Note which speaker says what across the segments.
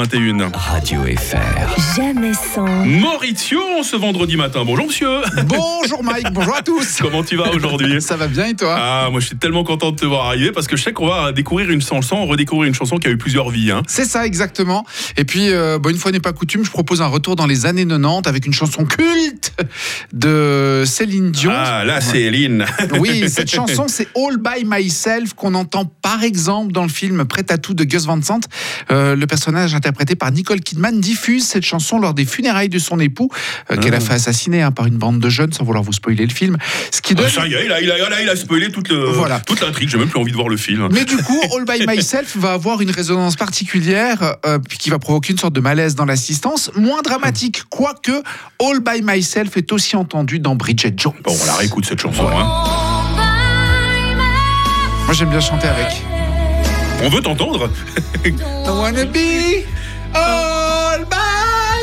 Speaker 1: 21.
Speaker 2: Radio FR.
Speaker 3: Jamais sans,
Speaker 1: Mauricio ce vendredi matin. Bonjour monsieur.
Speaker 4: Bonjour Mike, bonjour à tous.
Speaker 1: Comment tu vas aujourd'hui
Speaker 4: Ça va bien et toi
Speaker 1: Ah, moi je suis tellement content de te voir arriver parce que je sais qu'on va découvrir une chanson, redécouvrir une chanson qui a eu plusieurs vies. hein.
Speaker 4: C'est ça exactement. Et puis, euh, bah, une fois n'est pas coutume, je propose un retour dans les années 90 avec une chanson culte de Céline Dion.
Speaker 1: Ah, là Céline.
Speaker 4: Oui, cette chanson, c'est All by Myself qu'on entend par exemple dans le film Prêt à tout de Gus Van Sant. Euh, le personnage interprété par Nicole Kidman diffuse cette chanson lors des funérailles de son époux euh,
Speaker 1: Ah.
Speaker 4: qu'elle a fait assassiner hein, par une bande de jeunes, sans vouloir vous spoiler le film. Ce qui donne
Speaker 1: Ah, ça y est, il a, il a, il a- il a spoilé toute le-
Speaker 4: Voilà.
Speaker 1: toute l'intrigue. J'ai même plus envie de voir le film.
Speaker 4: Mais du coup, All by Myself va avoir une résonance particulière euh, puis qui va provoquer une sorte de malaise dans l'assistance, moins dramatique, quoique All by Myself est aussi entendu dans Bridget Jones.
Speaker 1: Bon, on la réécoute cette chanson. hein.
Speaker 4: Moi, j'aime bien chanter avec.
Speaker 1: On veut t'entendre.
Speaker 4: I wanna be all by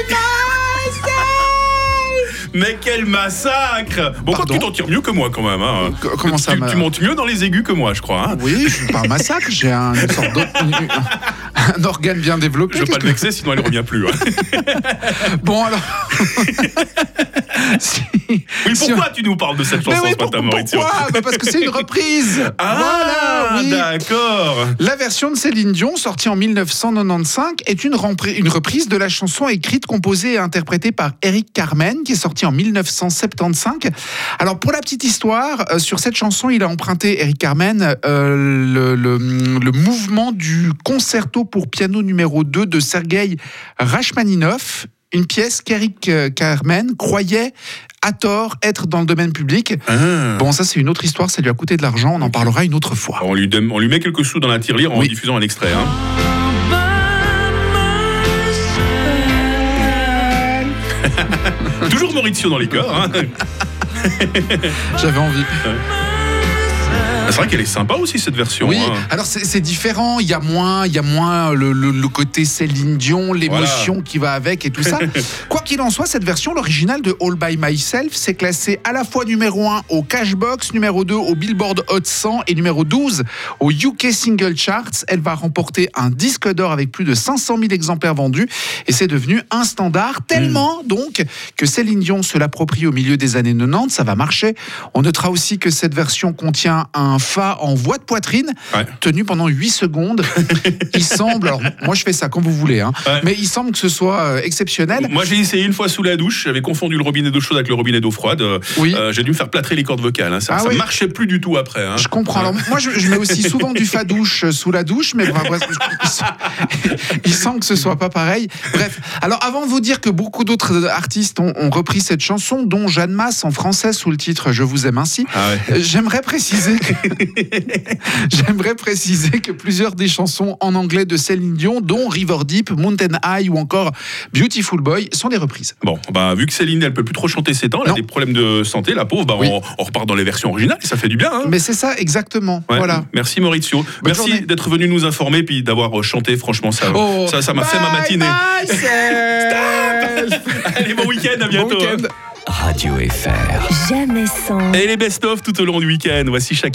Speaker 4: myself.
Speaker 1: Mais quel massacre Bon, quoi que
Speaker 4: Pardon
Speaker 1: tu t'en tires mieux que moi quand même. hein.
Speaker 4: Co- comment
Speaker 1: Tu-
Speaker 4: ça,
Speaker 1: tu,
Speaker 4: ma-
Speaker 1: tu montes mieux dans les aigus que moi, je crois. hein.
Speaker 4: Oui, je suis pas un massacre, j'ai un, une sorte d'or- une- un organe bien développé.
Speaker 1: Je veux pas
Speaker 4: Qu'est-ce
Speaker 1: le vexer, sinon elle revient plus. hein.
Speaker 4: que- Bon, alors. Si-
Speaker 1: Oui,
Speaker 4: si on-
Speaker 1: pourquoi tu nous parles de cette
Speaker 4: Mais
Speaker 1: chanson
Speaker 4: oui,
Speaker 1: ce matin,
Speaker 4: pourquoi,
Speaker 1: Mauricio
Speaker 4: pourquoi Bah Parce que c'est une reprise.
Speaker 1: Ah,
Speaker 4: voilà, oui.
Speaker 1: d'accord.
Speaker 4: La version de Céline Dion, sortie en 1995, est une, rempri- une reprise de la chanson écrite, composée et interprétée par Eric Carmen, qui est sortie en 1975. Alors, pour la petite histoire, euh, sur cette chanson, il a emprunté, Eric Carmen, euh, le, le- le mouvement du concerto pour piano numéro 2 de Sergueï Rachmaninoff, une pièce qu'Eric euh, Carmen croyait à tort être dans le domaine public. Bon, ça c'est une autre histoire, ça lui a coûté de l'argent, on en parlera une autre fois.
Speaker 1: Ah. On lui, dem- on lui met quelques sous dans la tirelire en
Speaker 4: Oui.
Speaker 1: diffusant un extrait. hein. Toujours Mauricio dans les corps. hein.
Speaker 4: J'avais envie.
Speaker 1: C'est vrai qu'elle est sympa aussi cette version.
Speaker 4: Oui,
Speaker 1: hein.
Speaker 4: alors c'est c'est différent, il y a moins, il y a moins le, le- le côté Céline Dion, l'émotion qui va avec et tout ça. Quoi qu'il en soit, cette version, l'original de All By Myself, s'est classée à la fois numéro 1 au Cashbox, numéro 2 au Billboard Hot 100 et numéro 12 au UK Single Charts. Elle va remporter un disque d'or avec plus de 500 000 exemplaires vendus et c'est devenu un standard tellement donc que Céline Dion se l'approprie au milieu des années 90, ça va marcher. On notera aussi que cette version contient un fa en voix de poitrine
Speaker 1: Ouais.
Speaker 4: tenu pendant 8 secondes. il semble, alors moi je fais ça quand vous voulez, hein,
Speaker 1: Ouais.
Speaker 4: mais il semble que ce soit euh, exceptionnel.
Speaker 1: Moi, j'ai essayé une fois sous la douche. J'avais confondu le robinet d'eau chaude avec le robinet d'eau froide. Euh,
Speaker 4: Oui.
Speaker 1: euh, j'ai dû me faire plâtrer les cordes vocales. hein. Ça,
Speaker 4: Ah
Speaker 1: ça
Speaker 4: oui.
Speaker 1: marchait plus du tout après. hein.
Speaker 4: Je comprends. Alors moi, je, je mets aussi souvent du fadouche euh, sous la douche, mais enfin, bref, il se- il semble que ce soit pas pareil. Bref. Alors avant de vous dire que beaucoup d'autres artistes ont, ont repris cette chanson, dont Jeanne Masse en français sous le titre "Je vous aime ainsi",
Speaker 1: Ah ouais.
Speaker 4: Euh, J'aimerais préciser, que... j'aimerais préciser que plusieurs des chansons en anglais de Céline Dion, dont River Deep, Mountain High ou encore Beautiful Boy, sont des reprises.
Speaker 1: Bon, bah, vu que Céline, elle peut plus trop chanter ses temps, elle a
Speaker 4: Non.
Speaker 1: des problèmes de santé, la pauvre, bah,
Speaker 4: Oui.
Speaker 1: on, on repart dans les versions originales, ça fait du bien. hein.
Speaker 4: Mais c'est ça exactement.
Speaker 1: Ouais.
Speaker 4: Voilà.
Speaker 1: Merci Maurizio. Merci
Speaker 4: journée.
Speaker 1: d'être venu nous informer puis d'avoir euh, chanté. Franchement, ça
Speaker 4: Oh,
Speaker 1: ça ça m'a fait ma
Speaker 4: bye,
Speaker 1: matinée.
Speaker 4: bye, Steph.
Speaker 1: Allez, bon week-end, à bientôt. hein.
Speaker 4: week-end.
Speaker 2: Radio FR.
Speaker 3: jamais sans.
Speaker 1: Et les best-of tout au long du week-end. Voici Shakira.